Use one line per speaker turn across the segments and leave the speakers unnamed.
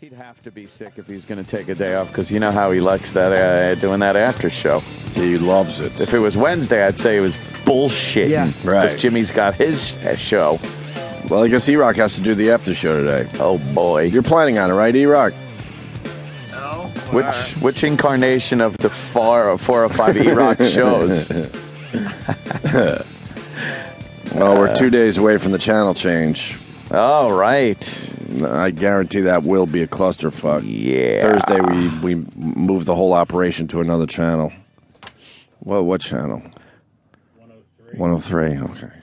He'd have to be sick if he's going to take a day off because you know how he likes that uh, doing that after show.
He loves it.
If it was Wednesday, I'd say it was bullshit.
Yeah.
Right.
Jimmy's got his uh, show.
Well, I guess E Rock has to do the after show today.
Oh boy.
You're planning on it, right, E Rock?
Which which incarnation of the four or four or five E Rock shows?
Well, we're two days away from the channel change.
All right.
I guarantee that will be a clusterfuck.
Yeah.
Thursday, we, we move the whole operation to another channel. Well, what channel? 103. 103, okay.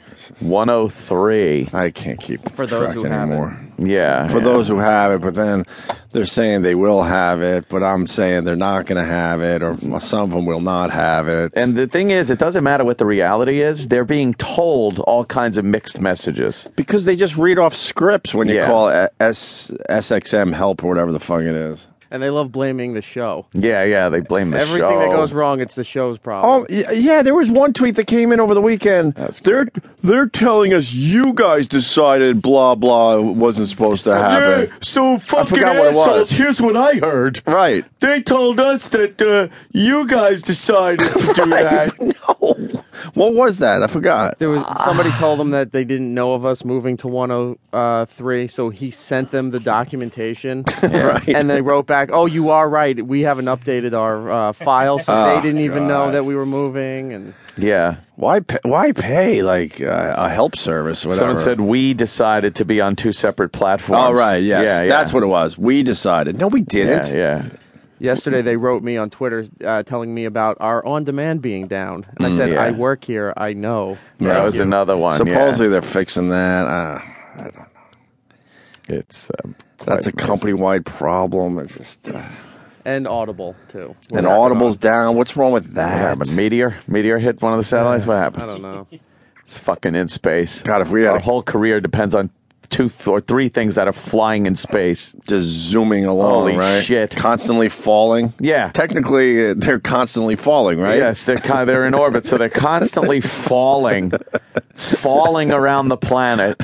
103.
I can't keep
For those
track
who have
anymore.
Yeah.
For those who have it, but then they're saying they will have it, but I'm saying they're not going to have it, or some of them will not have it.
And the thing is, it doesn't matter what the reality is. They're being told all kinds of mixed messages.
because they just read off scripts when you
Yeah.
call a- S- SXM help or whatever the fuck it is.
And they love blaming the show.
Yeah, yeah. They blame the
Everything
show.
that goes wrong, it's the show's problem.
Oh y- yeah, there was one tweet that came in over the weekend. they're they're telling us you guys decided blah blah wasn't supposed to happen.
so fucking
forgot what it was. assholes,
Here's what I heard.
Right.
They told us that uh, you guys decided to do that.
No. What was that? I forgot.
There was somebody told them that they didn't know of us moving to 103, so he sent them the documentation,
Right.
and they wrote back, "Oh, you are right. We haven't updated our uh, file, so
Ah,
they didn't even know that we were moving." And
Yeah.
Why pay, why pay like uh, a help service whatever.
Someone said we decided to be on two separate platforms.
Oh right, yes.
Yeah, yeah.
That's what it was. We decided. No, we
Yeah,
didn't.
yeah.
yesterday, they wrote me on Twitter uh, telling me about our on-demand being down, and
Mm,
I said,
yeah.
"I work here. I know."
That was another one.
Supposedly they're fixing that. Uh,
yeah. it's um, quite
that's a
amazing.
company wide problem. It's just uh,
And Audible too. We're
and
working on
Audible's
it.
down. What's wrong with
What
that?
happened? Meteor? Meteor hit one of the satellites? What
I
happened?
don't know.
It's fucking in space.
God, if we had
Our
a-
whole career depends on two th- or three things that are flying in space.
just zooming along,
Holy
right?
shit.
Constantly falling.
Yeah.
Technically, uh, they're constantly falling, right?
Yes, they're kind they're in orbit, so they're constantly falling, falling around the planet.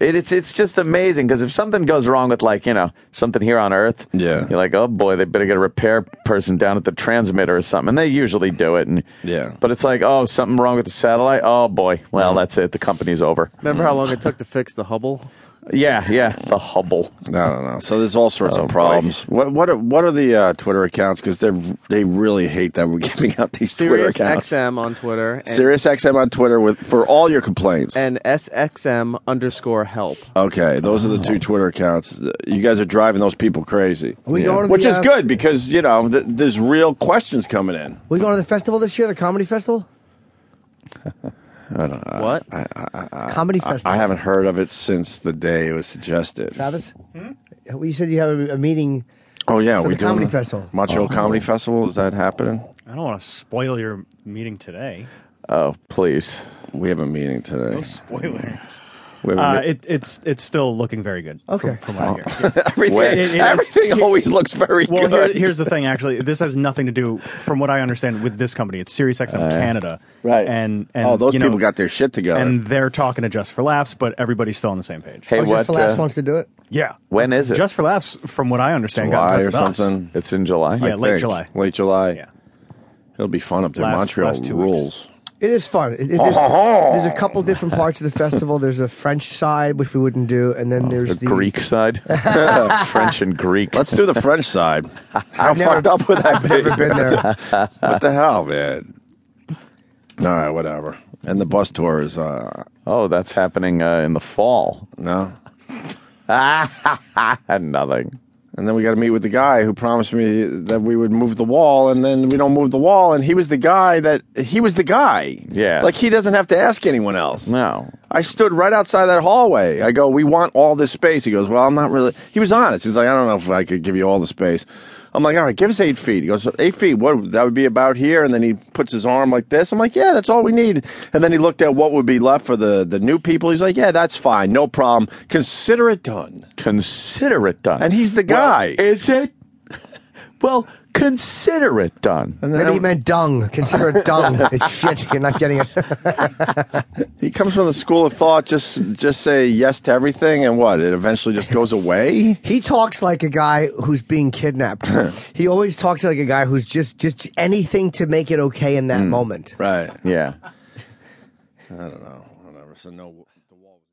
It, it's it's just amazing because if something goes wrong with like you know something here on Earth,
Yeah.
you're like oh boy they better get a repair person down at the transmitter or something. And they usually do it, and
Yeah.
But it's like oh something wrong with the satellite. Oh boy, well that's it. The company's over.
Remember how long it took to fix the Hubble?
Yeah, yeah. The Hubble.
I don't know. So there's all sorts
Oh,
of problems. What what are, what are the uh, Twitter accounts? Because they they really hate that we're giving out these
Sirius
Twitter accounts.
XM on Twitter. And,
Sirius XM on Twitter with for all your complaints.
and SXM underscore help.
okay, those are the
Oh.
two Twitter accounts. Uh, You guys are driving those people crazy,
Are we
Yeah.
going to
which
the,
is
uh,
good because you know th- there's real questions coming in.
We going to the festival this year, the comedy festival?
what?
comedy festival.
I haven't heard of it since the day it was suggested.
Travis? Well, you said you have a, a meeting.
Oh yeah,
For
we
the
doing
comedy
the
festival.
Montreal
Uh-huh.
Comedy Festival is that happening?
I don't want to spoil your meeting today.
Oh please.
We have a meeting today.
No spoilers.
We have a
Uh,
meet-
it, it's it's still looking very good.
Okay.
From, from what I hear. Yeah.
everything
Wait.
It- it-
everything
it's-
always looks very
Well, here,
Oh, good.
here's the thing. Actually, this has nothing to do, from what I understand, with this company. It's SiriusXM Canada.
Uh, right.
And, and
oh, those
you know,
people got their shit together.
And they're talking to Just for Laughs, but everybody's still on the same page.
Hey,
Oh,
what?
just for last
uh,
wants to do it.
Yeah.
when is it?
Just for Laughs, from what I understand, got
July
in
or
touch with us.
something.
it's in July.
Yeah, late
Think.
July.
Late July.
Yeah.
It'll be fun up there.
Last-
Montreal
last two
rules.
It is fun. It- it- there's, there's a couple different parts of the festival. There's a French side, which we wouldn't do, and then there's the
Oh, Greek side, French and Greek.
Let's do the French side. How
never-
fucked up would that be?
Never been there.
what the hell, man? All right, whatever. And the bus tour is uh
Oh, that's happening uh, in the fall.
no.
And nothing.
And then we got to meet with the guy who promised me that we would move the wall, and then we don't move the wall, and he was the guy that he was the guy.
Yeah.
like he doesn't have to ask anyone else.
No.
I stood right outside that hallway. I go, "We want all this space." He goes, "Well, I'm not really." He was honest. He's like, "I don't know if I could give you all the space." I'm like, "All right, give us eight feet." He goes, eight feet? What? That would be about here." And then he puts his arm like this. I'm like, "Yeah, that's all we need." And then he looked at what would be left for the the new people. He's like, "Yeah, that's fine, no problem. Consider it done."
Consider it done.
And he's the guy.
Is it? Well, Consider it done.
And then
Maybe he meant dung. Consider it dung. it's shit. You're not getting it.
he comes from the school of thought. Just just say yes to everything, and what? It eventually just goes away.
He talks like a guy who's being kidnapped. he always talks like a guy who's just just anything to make it okay
Hmm.
in that moment.
Right.
Yeah.
I don't know. Whatever. So no.